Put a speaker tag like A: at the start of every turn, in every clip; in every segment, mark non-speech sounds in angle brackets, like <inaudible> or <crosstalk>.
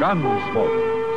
A: Gunsmoke,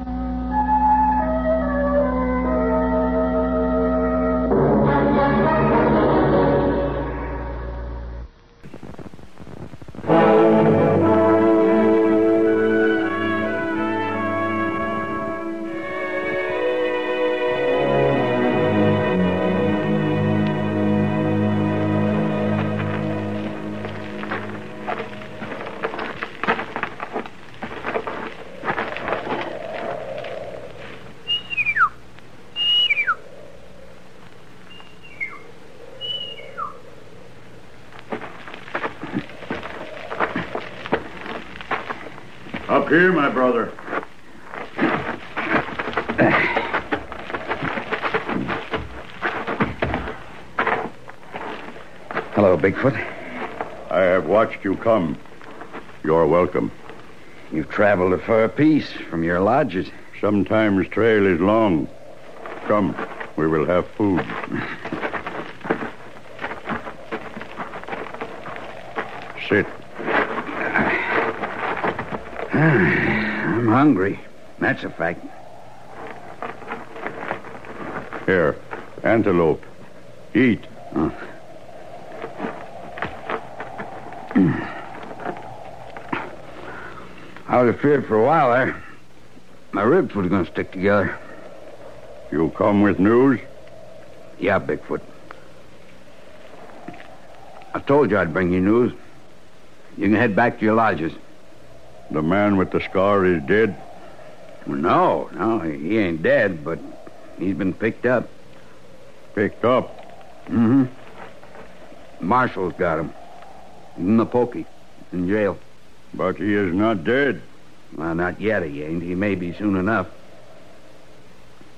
B: Up here, my brother.
C: Hello, Bigfoot.
B: I have watched you come. You're welcome.
C: You've traveled a fur piece from your lodges.
B: Sometimes trail is long. Come, we will have food. <laughs> Sit.
C: I'm hungry. That's a fact.
B: Here. Antelope. Eat.
C: I was afraid for a while there. My ribs was going to stick together.
B: You come with news?
C: Yeah, Bigfoot. I told you I'd bring you news. You can head back to your lodges.
B: The man with the scar is dead.
C: Well, no, no, he ain't dead, but he's been picked up.
B: Picked up.
C: Mm-hmm. Marshall's got him. He's in the pokey. In jail.
B: But he is not dead.
C: Well, not yet, he ain't. He may be soon enough.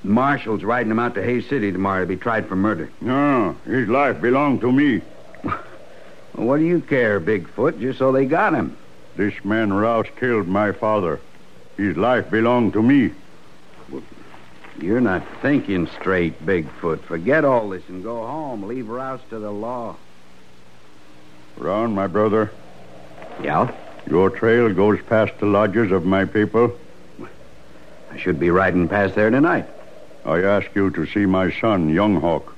C: The Marshall's riding him out to Hayes City tomorrow to be tried for murder.
B: No, his life belonged to me.
C: Well, what do you care, Bigfoot? Just so they got him.
B: This man Rouse killed my father. His life belonged to me.
C: You're not thinking straight, Bigfoot. Forget all this and go home. Leave Rouse to the law.
B: Ron, my brother,
C: Yeah?
B: your trail goes past the lodges of my people.
C: I should be riding past there tonight.
B: I ask you to see my son, Young Hawk,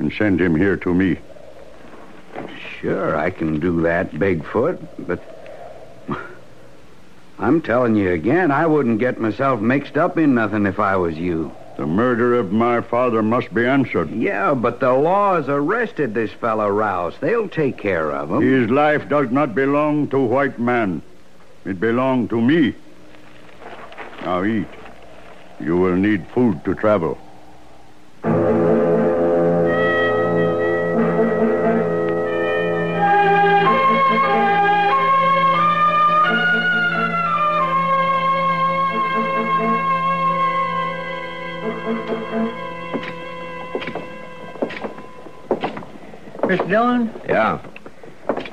B: and send him here to me.
C: Sure, I can do that, Bigfoot, but <laughs> I'm telling you again, I wouldn't get myself mixed up in nothing if I was you.
B: The murder of my father must be answered.
C: Yeah, but the law has arrested this fellow Rouse. They'll take care of him.
B: His life does not belong to white man. It belonged to me. Now eat. You will need food to travel.
D: Mr. Dillon,
E: Yeah.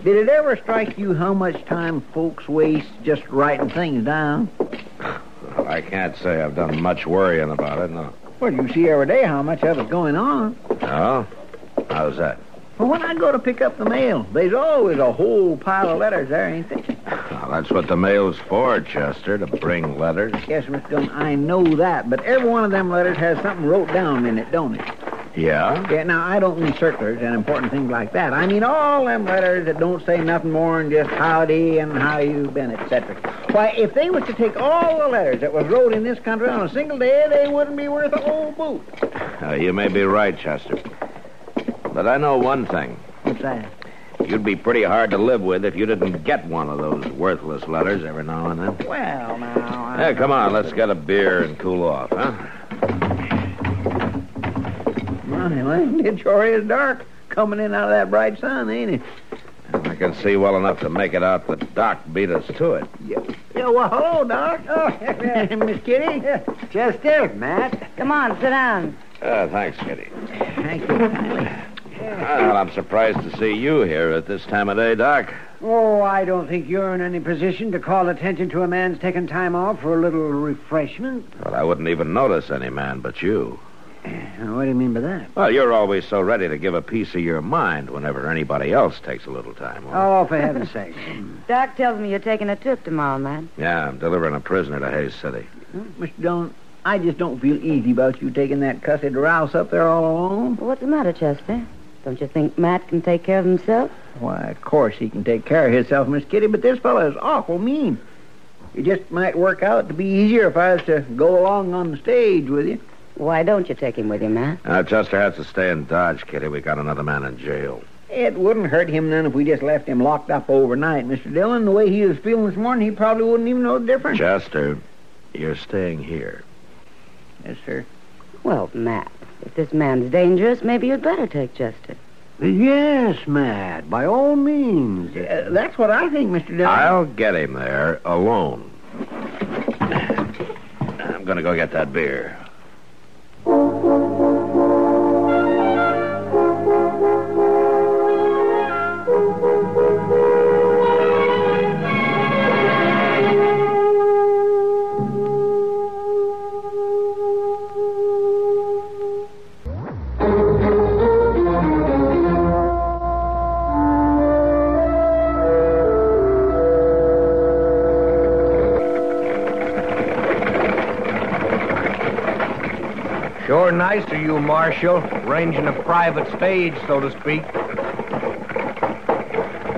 D: did it ever strike you how much time folks waste just writing things down?
E: Well, I can't say I've done much worrying about it, no.
D: Well, you see every day how much of it's going on.
E: No? How's that?
D: Well, when I go to pick up the mail, there's always a whole pile of letters there, ain't there?
E: Well, that's what the mail's for, Chester, to bring letters.
D: Yes, Mr. Dillon, I know that, but every one of them letters has something wrote down in it, don't it?
E: Yeah?
D: Yeah, now, I don't mean circulars and important things like that. I mean all them letters that don't say nothing more than just howdy and how you been, etc. Why, if they was to take all the letters that was wrote in this country on a single day, they wouldn't be worth a whole boot.
E: Uh, you may be right, Chester. But I know one thing.
D: What's that?
E: You'd be pretty hard to live with if you didn't get one of those worthless letters every now and then.
D: Well, now. I...
E: Hey, come on, let's get a beer and cool off, huh?
D: My land, <laughs> it sure is dark coming in out of that bright sun, ain't it?
E: I can see well enough to make it out that Doc beat us to it.
D: Yeah, well, hello, Doc. Oh, <laughs> Miss Kitty. Just it, Matt.
F: Come on, sit down.
E: Uh, thanks, Kitty. Ah,
D: Thank you kindly.
E: Well, I'm surprised to see you here at this time of day, Doc.
G: Oh, I don't think you're in any position to call attention to a man's taking time off for a little refreshment.
E: Well, I wouldn't even notice any man but you.
G: Uh, What do you mean by that?
E: Well, you're always so ready to give a piece of your mind whenever anybody else takes a little time off.
G: Oh, for
D: <laughs>
G: heaven's sake.
F: Doc tells me you're taking a trip tomorrow night.
E: Yeah, I'm delivering a prisoner to Hayes City.
D: Mr. Dillon, I just don't feel easy about you taking that cussed rouse up there all alone.
F: Well, what's the matter, Chester? Don't you think Matt can take care of himself?
D: Why, of course he can take care of himself, Miss Kitty, but this fellow is awful mean. It just might work out to be easier if I was to go along on the stage with you.
F: Why don't you take him with you, Matt?
E: Now, Chester has to stay in Dodge, Kitty. We got another man in jail.
D: It wouldn't hurt him none if we just left him locked up overnight, Mr. Dillon. The way he was feeling this morning, he probably wouldn't even know the difference.
E: Chester, you're staying here.
D: Yes, sir.
F: Well, Matt, if this man's dangerous, maybe you'd better take Chester. <laughs>
G: Yes, Matt, by all means.
D: Uh, that's what I think, Mr. Dillon.
E: I'll get him there alone. I'm going to go get that beer.
C: Sure nice of you, Marshal. Arranging a private stage, so to speak.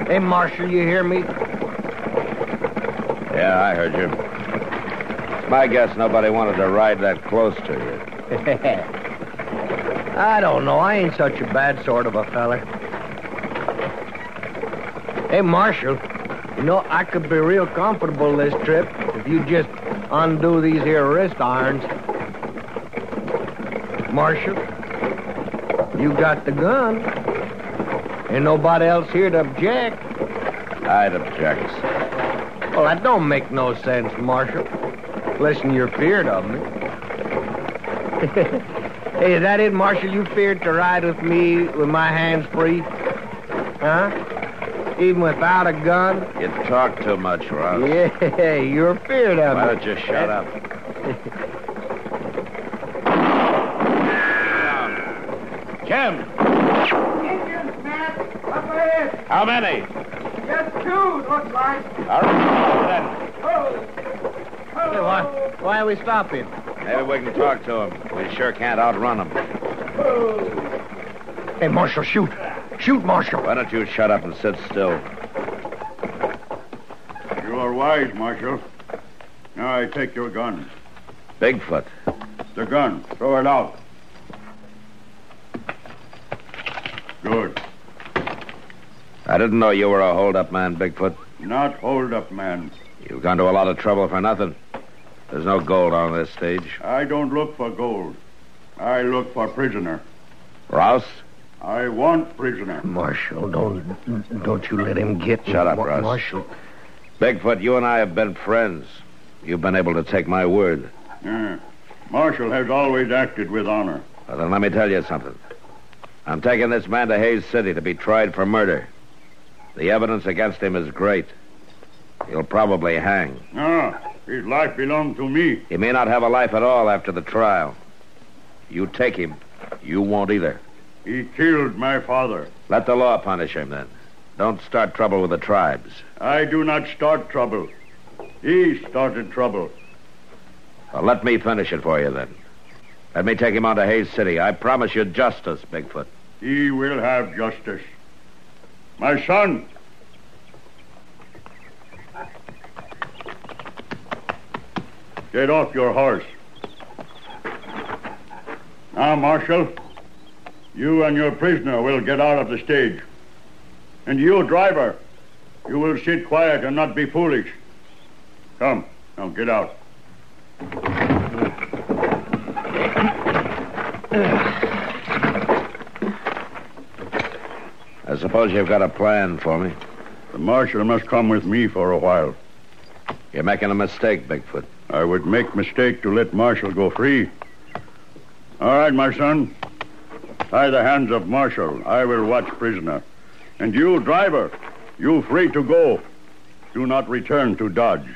C: Hey, Marshal, you hear me? <laughs>
E: Yeah, I heard you. It's my guess nobody wanted to ride that close to you.
C: I don't know. I ain't such a bad sort of a feller. Hey, Marshal, you know, I could be real comfortable this trip if you just undo these here wrist irons. Marshal, you got the gun. Ain't nobody else here to object.
E: I'd object.
C: Well, that don't make no sense, Marshal. Listen, you're feared of me. <laughs> hey, is that it, Marshal? You feared to ride with me with my hands free? Huh? Even without a gun?
E: You talk too much, Ross.
C: Yeah, <laughs> you're feared of
E: Why
C: me.
E: don't you shut up? Jim!
D: Indians, Matt. Up ahead.
E: How many?
D: Just two, looks like.
E: All right,
D: Oh.
C: Hey, why, why are we stopping?
E: then. Maybe we can talk to him. We sure can't outrun him.
C: Hey, Marshal, shoot. Shoot, Marshal.
E: Why don't you shut up and sit still?
B: You are wise, Marshal. Now I take your gun.
E: Bigfoot.
B: The gun. Throw it out. Good.
E: I didn't know you were a hold-up man, Bigfoot.
B: Not hold up, man.
E: You've gone to a lot of trouble for nothing. There's no gold on this stage.
B: I don't look for gold. I look for prisoner.
E: Rouse?
B: I want prisoner.
C: Marshal, don't don't you let him get
E: Shut up, Russ.
C: Marshal.
E: Bigfoot, you and I have been friends. You've been able to take my word.
B: Yeah. Marshal has always acted with honor.
E: Well, then let me tell you something. I'm taking this man to Hayes City to be tried for murder. The evidence against him is great. He'll probably hang.
B: Ah, his life belonged to me.
E: He may not have a life at all after the trial. You take him, you won't either.
B: He killed my father.
E: Let the law punish him then. Don't start trouble with the tribes.
B: I do not start trouble. He started trouble.
E: Well, let me finish it for you then. Let me take him on to Hayes City. I promise you justice, Bigfoot.
B: He will have justice. My son, get off your horse. Now, Marshal, you and your prisoner will get out of the stage. And you, driver, you will sit quiet and not be foolish. Come, now get out.
E: I suppose you've got a plan for me.
B: The marshal must come with me for a while.
E: You're making a mistake, Bigfoot.
B: I would make mistake to let Marshal go free. All right, my son. Tie the hands of Marshal. I will watch prisoner. And you, driver, you free to go. Do not return to Dodge.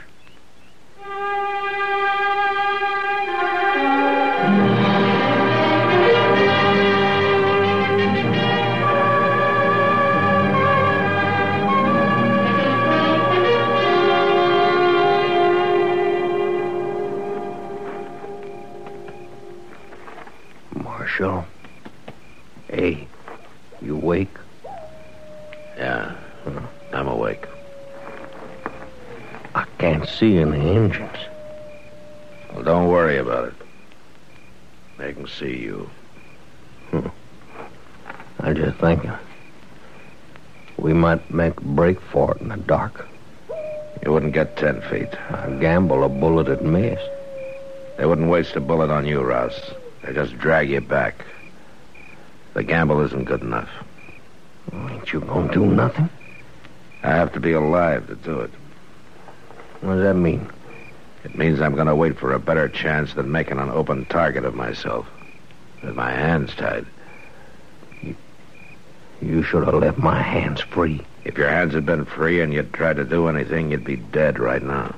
H: Marshal? Hey, you wake?
E: Yeah, I'm awake.
H: I can't see any engines.
E: Well, don't worry about it. They can see you.
H: I'm Hmm. just thinking. We might make a break for it in the dark.
E: You wouldn't get ten feet.
H: I gamble a bullet at miss.
E: They wouldn't waste a bullet on you, Rouse. They just drag you back. The gamble isn't good enough.
H: Ain't you gonna do nothing?
E: I have to be alive to do it.
H: What does that mean?
E: It means I'm going to wait for a better chance than making an open target of myself. With my hands tied.
H: You should have left my hands free.
E: If your hands had been free and you'd tried to do anything, you'd be dead right now.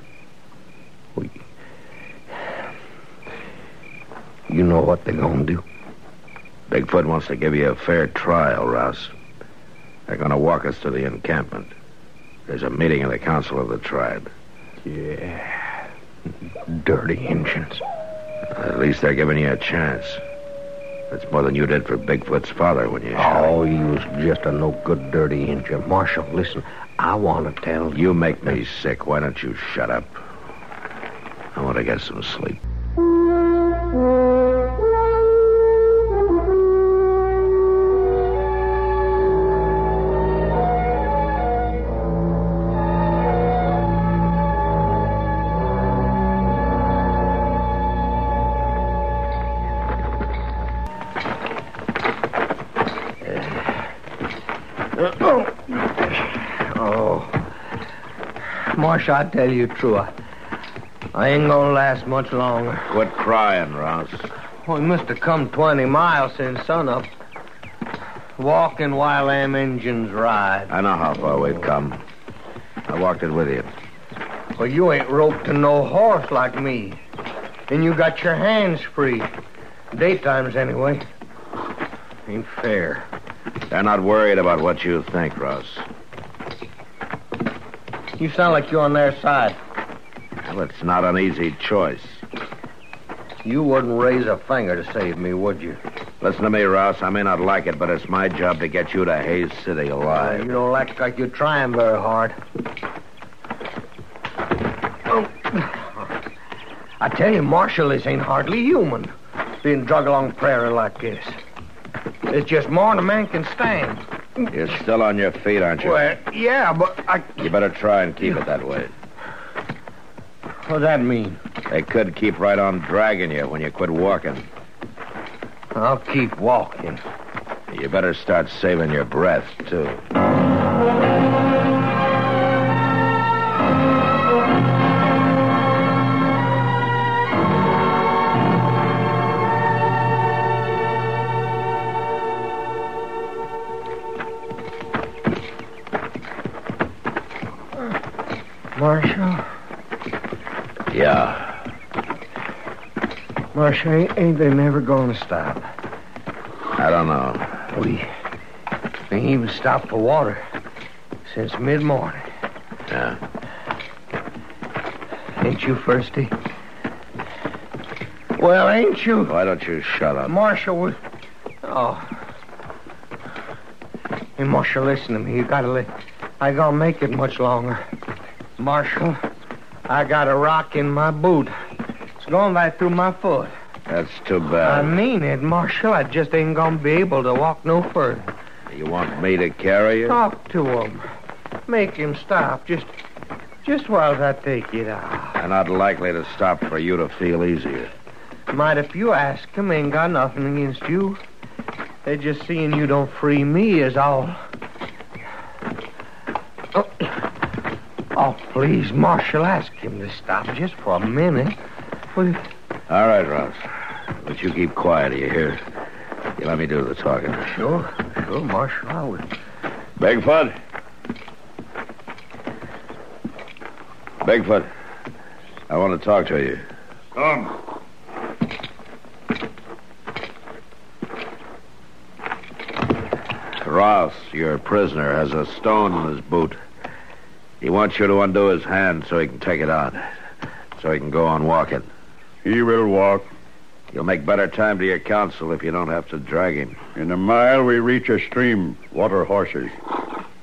H: You know what they're gonna do.
E: Bigfoot wants to give you a fair trial, Rouse. They're going to walk us to the encampment. There's a meeting of the council of the tribe. <laughs>
H: Dirty engines.
E: At least they're giving you a chance. That's more than you did for Bigfoot's father when you shot him.
H: Oh, you was just a no good dirty engine. Marshal, listen, I wanna tell you.
E: You make me sick. Why don't you shut up? I want to get some sleep.
H: Oh. Marshal, I tell you true. I, I ain't gonna last much longer.
E: Quit crying, Rouse.
C: Well, we must have come 20 miles since sunup. Walking while them engines ride.
E: I know how far we've come. I walked it with you.
C: Well, you ain't roped to no horse like me. And you got your hands free. Daytimes, anyway. Ain't fair.
E: They're not worried about what you think, Rouse.
C: You sound like you're on their side.
E: Well, it's not an easy choice.
C: You wouldn't raise a finger to save me, would you?
E: Listen to me, Rouse. I may not like it, but it's my job to get you to Hayes City
C: Uh,
E: alive.
C: you don't act like you're trying very hard. Oh. I tell you, Marshal, this ain't hardly human, being drug along prairie like this. It's just more than a man can stand.
E: You're still on your feet, aren't you?
C: Well, yeah, but I...
E: You better try and keep it that way.
C: What's that mean?
E: They could keep right on dragging you when you quit walking.
C: I'll keep walking.
E: You better start saving your breath, too.
C: Marshal,
E: Yeah.
C: Marshal, ain't, ain't they never going to stop?
E: I don't know.
C: We ain't even stopped for water since mid-morning.
E: Yeah.
C: Ain't you thirsty? Well, ain't you?
E: Why don't you shut up?
C: Marshal, we... Oh. Hey, Marshal, listen to me. You gotta li I gotta make it much longer. Marshal, I got a rock in my boot. It's going right through my foot.
E: That's too
C: I
E: bad.
C: mean it, Marshal. I just ain't gonna be able to walk no further.
E: You want me to carry it?
C: Talk to him. Make him stop. Just, just while I take it out.
E: They're not likely to stop for you to feel easier.
C: Might if you ask him, ain't got nothing against you. They're just seeing you don't free me is all. Oh, oh, please, Marshal, ask him to stop just for a minute. Well,
E: All right, Rouse. But you keep quiet, you hear? You let me do the talking.
C: sure, sure, Marshal, I will.
E: Bigfoot? Bigfoot, I want to talk to you.
B: Come.
E: Rouse, your prisoner, has a stone in his boot. He wants you to undo his hand so he can take it out, so he can go on walking.
B: He will walk.
E: You'll make better time to your counsel if you don't have to drag him.
B: In a mile, we reach a stream. Water horses.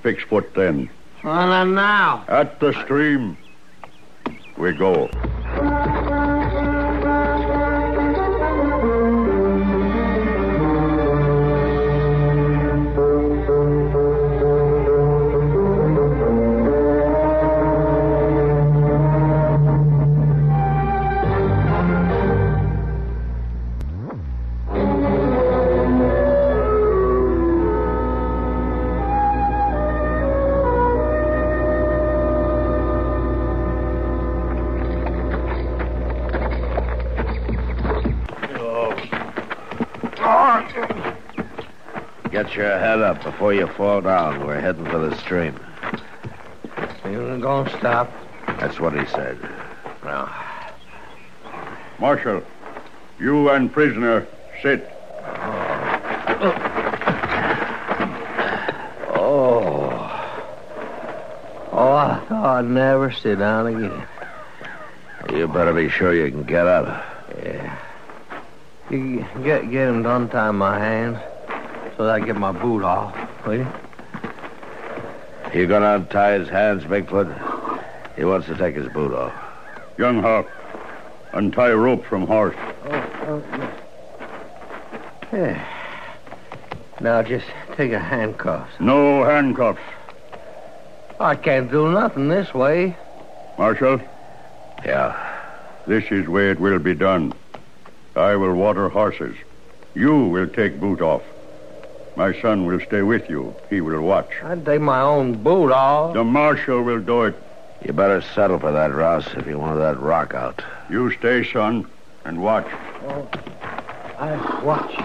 B: Fix foot then.
C: Well, now, now.
B: At the stream, we go.
E: Get your head up before you fall down. We're heading for the stream.
C: You ain't gonna stop.
E: That's what he said. Now,
B: Marshal, you and prisoner sit.
C: Oh. Oh, I thought I'd never sit down again.
E: you better be sure you can get up.
C: Yeah. You get get him to untie my hands so that I get my boot off, will you?
E: You gonna untie his hands, Bigfoot? He wants to take his boot off.
B: Young Hawk, untie rope from horse.
C: Yeah. Now just take a handcuff.
B: No handcuffs.
C: I can't do nothing this way.
B: Marshal,
E: Yeah.
B: this is way it will be done. I will water horses. You will take boot off. My son will stay with you. He will watch.
C: I'd take my own boot off.
B: The marshal will do it.
E: You better settle for that, Rouse, if you want that rock out.
B: You stay, son, and watch.
G: I watch.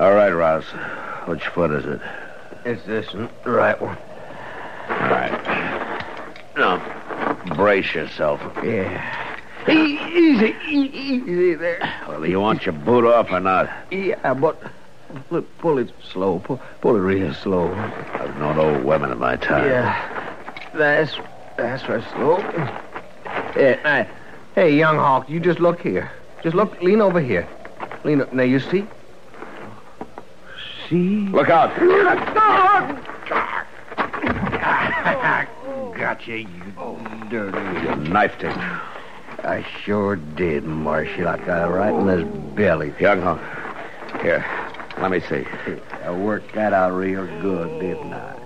E: All right, Rouse. Which foot is it?
C: It's this n- right one.
E: All right. Now, brace yourself.
C: Yeah. E- easy, e- easy there.
E: Whether you want your boot off or not,
C: Yeah, but look, pull it slow. Pull, pull it real slow.
E: I've known old women in my time.
C: Yeah, that's that's right, slow. Yeah, now, hey, young hawk, you just look here. Just look, lean over here. Lean. o- Now you see. See.
E: Look out. <laughs>
C: Gotcha, you dirty.
E: You knifed him.
C: I sure did, Marshal. I got it right in his belly.
E: Young Hawk. Here, let me see.
C: I worked that out real good, didn't I?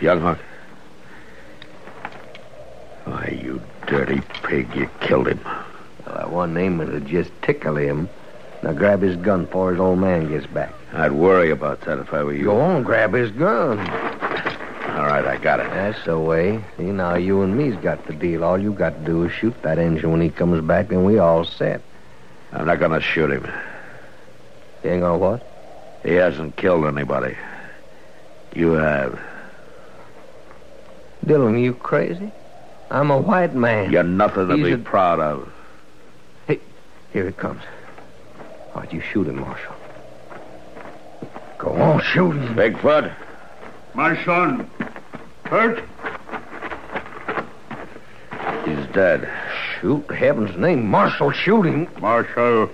E: Young Hawk. Why, you dirty pig, you killed him.
C: Well, that one aim it'll just tickle him. Now grab his gun before his old man gets back.
E: I'd worry about that if I were you.
C: Go on, grab his gun.
E: All right, I got it.
C: That's the way. See, now you and me's got the deal. All you got to do is shoot that engine when he comes back, and we all set.
E: I'm not going to shoot him.
C: You ain't gonna what?
E: He hasn't killed anybody. You have.
C: Dylan, you crazy? I'm a white man.
E: You're nothing to
C: He's
E: be
C: a-
E: proud of.
C: Here it comes. All right, you shoot him, Marshal. Go on, shoot him.
E: Bigfoot,
B: My son, hurt?
E: he's dead.
C: Shoot, heaven's name, Marshal, shoot him.
B: Marshal,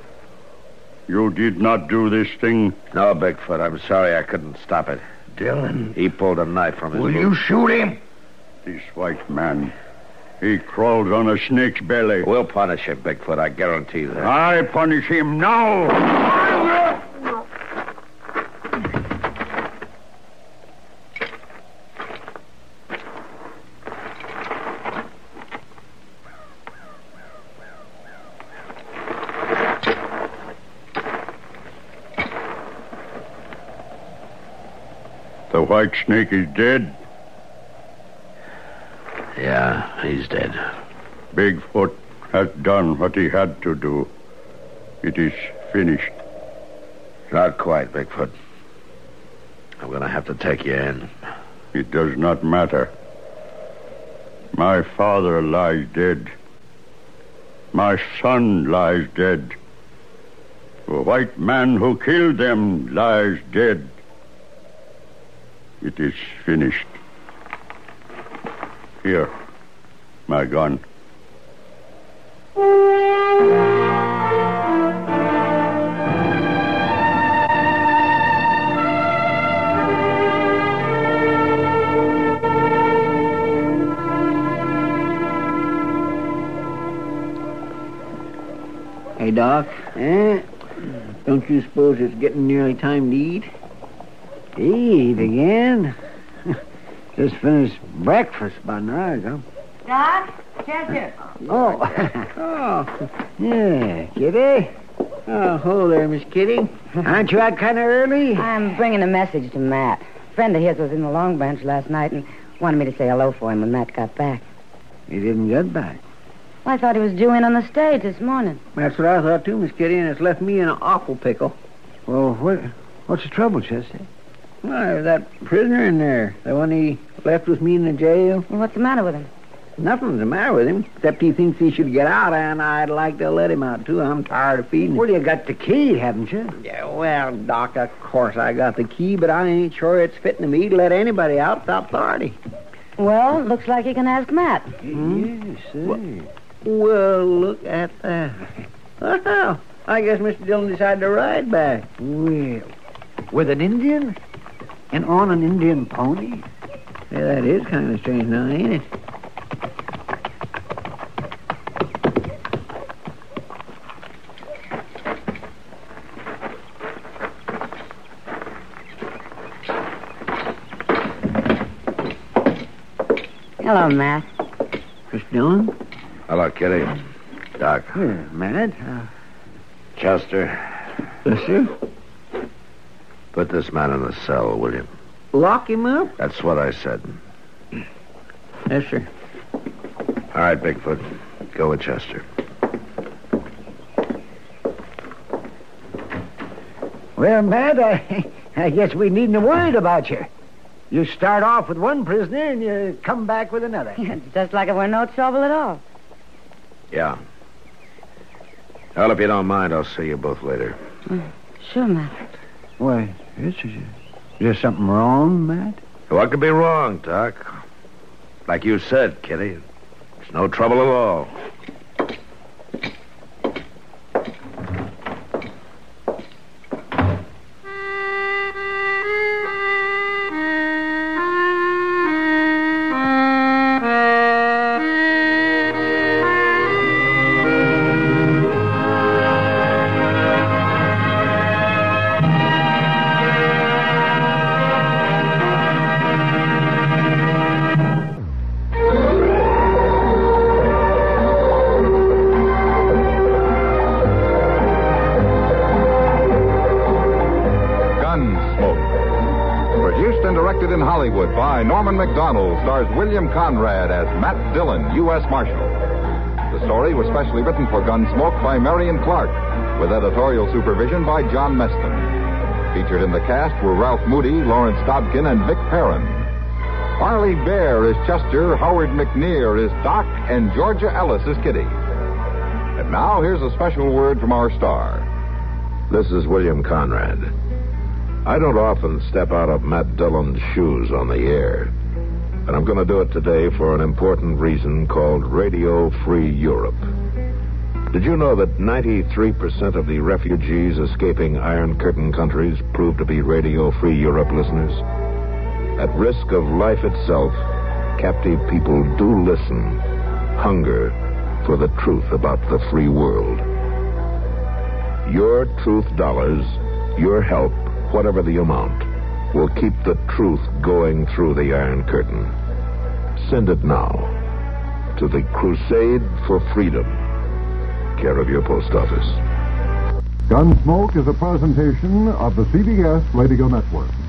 B: you did not do this thing.
E: No, Bigfoot, I'm sorry I couldn't stop it.
C: Dylan,
E: He pulled a knife from his
C: will
E: boot.
C: you shoot him?
B: This white man. He crawls on a snake's belly.
E: We'll punish him, Bigfoot. I guarantee that.
B: I punish him now. The white snake is dead.
E: Yeah, he's dead.
B: Bigfoot has done what he had to do. It is finished.
E: Not quite, Bigfoot. I'm gonna have to take you in.
B: It does not matter. My father lies dead. My son lies dead. The white man who killed them lies dead. It is finished. Here, my gun.
C: Hey, Doc.
I: Eh?
C: Don't you suppose it's getting nearly time to eat?
I: Eat
C: <laughs>
I: again? Just finished breakfast about an hour ago.
F: Doc, Chester.
C: <laughs>
I: Oh. oh. Yeah, Kitty.
C: Oh, hello there, Miss Kitty.
I: Aren't you out kind of early?
F: I'm bringing a message to Matt. A friend of his was in the Long Branch last night and wanted me to say hello for him when Matt got back.
I: He didn't get back.
F: I thought he was due in on the stage this morning.
C: That's what I thought, too, Miss Kitty, and it's left me in an awful pickle.
I: Well, what, what's the trouble, Chester?
C: Why, there's that prisoner in there, the one he left with me in the jail,
F: Well, What's the matter with him?
C: nothing's the matter with him, except he thinks he should get out, and I'd like to let him out, too. I'm tired of feeding him.
I: Well, you got the key, haven't you?
C: Yeah, well, Doc, of course I got the key, but I ain't sure it's fitting to me to let anybody out without authority.
F: Well, looks like you can ask Matt.
I: Yes, sir.
C: eh. Well, look at that. Well, I guess Mr. Dillon decided to ride back.
I: Well, with an Indian? And on an Indian pony?
C: Yeah, that is kind of strange now, ain't it?
F: Hello, Matt.
C: Mr. Dillon?
E: Hello, Kitty. Doc.
C: Yeah, Matt. Uh,
E: Chester,
C: yes, sir.
E: put this man in the cell, will you?
C: Lock him up?
E: That's what I said.
C: Yes, sir.
E: All right, Bigfoot. Go with Chester.
I: Well, Matt, I, <laughs> I guess we needn't worry about you. You start off with one prisoner and you come back with
F: <laughs>
I: another.
F: Just like it were no trouble at all.
E: Yeah. Well, if you don't mind, I'll see you both later.
F: Sure, Matt.
I: Why, is, is there something wrong, Matt?
E: What could be wrong, Doc? Like you said, Kitty, it's no trouble at all.
J: Gunsmoke. Produced and directed in Hollywood by Norman McDonald, stars William Conrad as Matt Dillon, U.S. Marshal. The story was specially written for Gunsmoke by Marion Clark, with editorial supervision by John Meston. Featured in the cast were Ralph Moody, Lawrence Dobkin, and Vic Perrin. Arlie Bear is Chester, Howard McNear is Doc, and Georgia Ellis is Kitty. And now here's a special word from our star.
E: This is William Conrad. I don't often step out of Matt Dillon's shoes on the air, but I'm going to do it today for an important reason called Radio Free Europe. Did you know that 93% of the refugees escaping Iron Curtain countries prove to be Radio Free Europe listeners? At risk of life itself, captive people do listen
K: hunger for the truth about the free world. Your truth dollars, your help, whatever the amount, will keep the truth going through the Iron Curtain. Send it now to the Crusade for Freedom, care of your post office.
L: Gunsmoke is a presentation of the CBS Radio Network.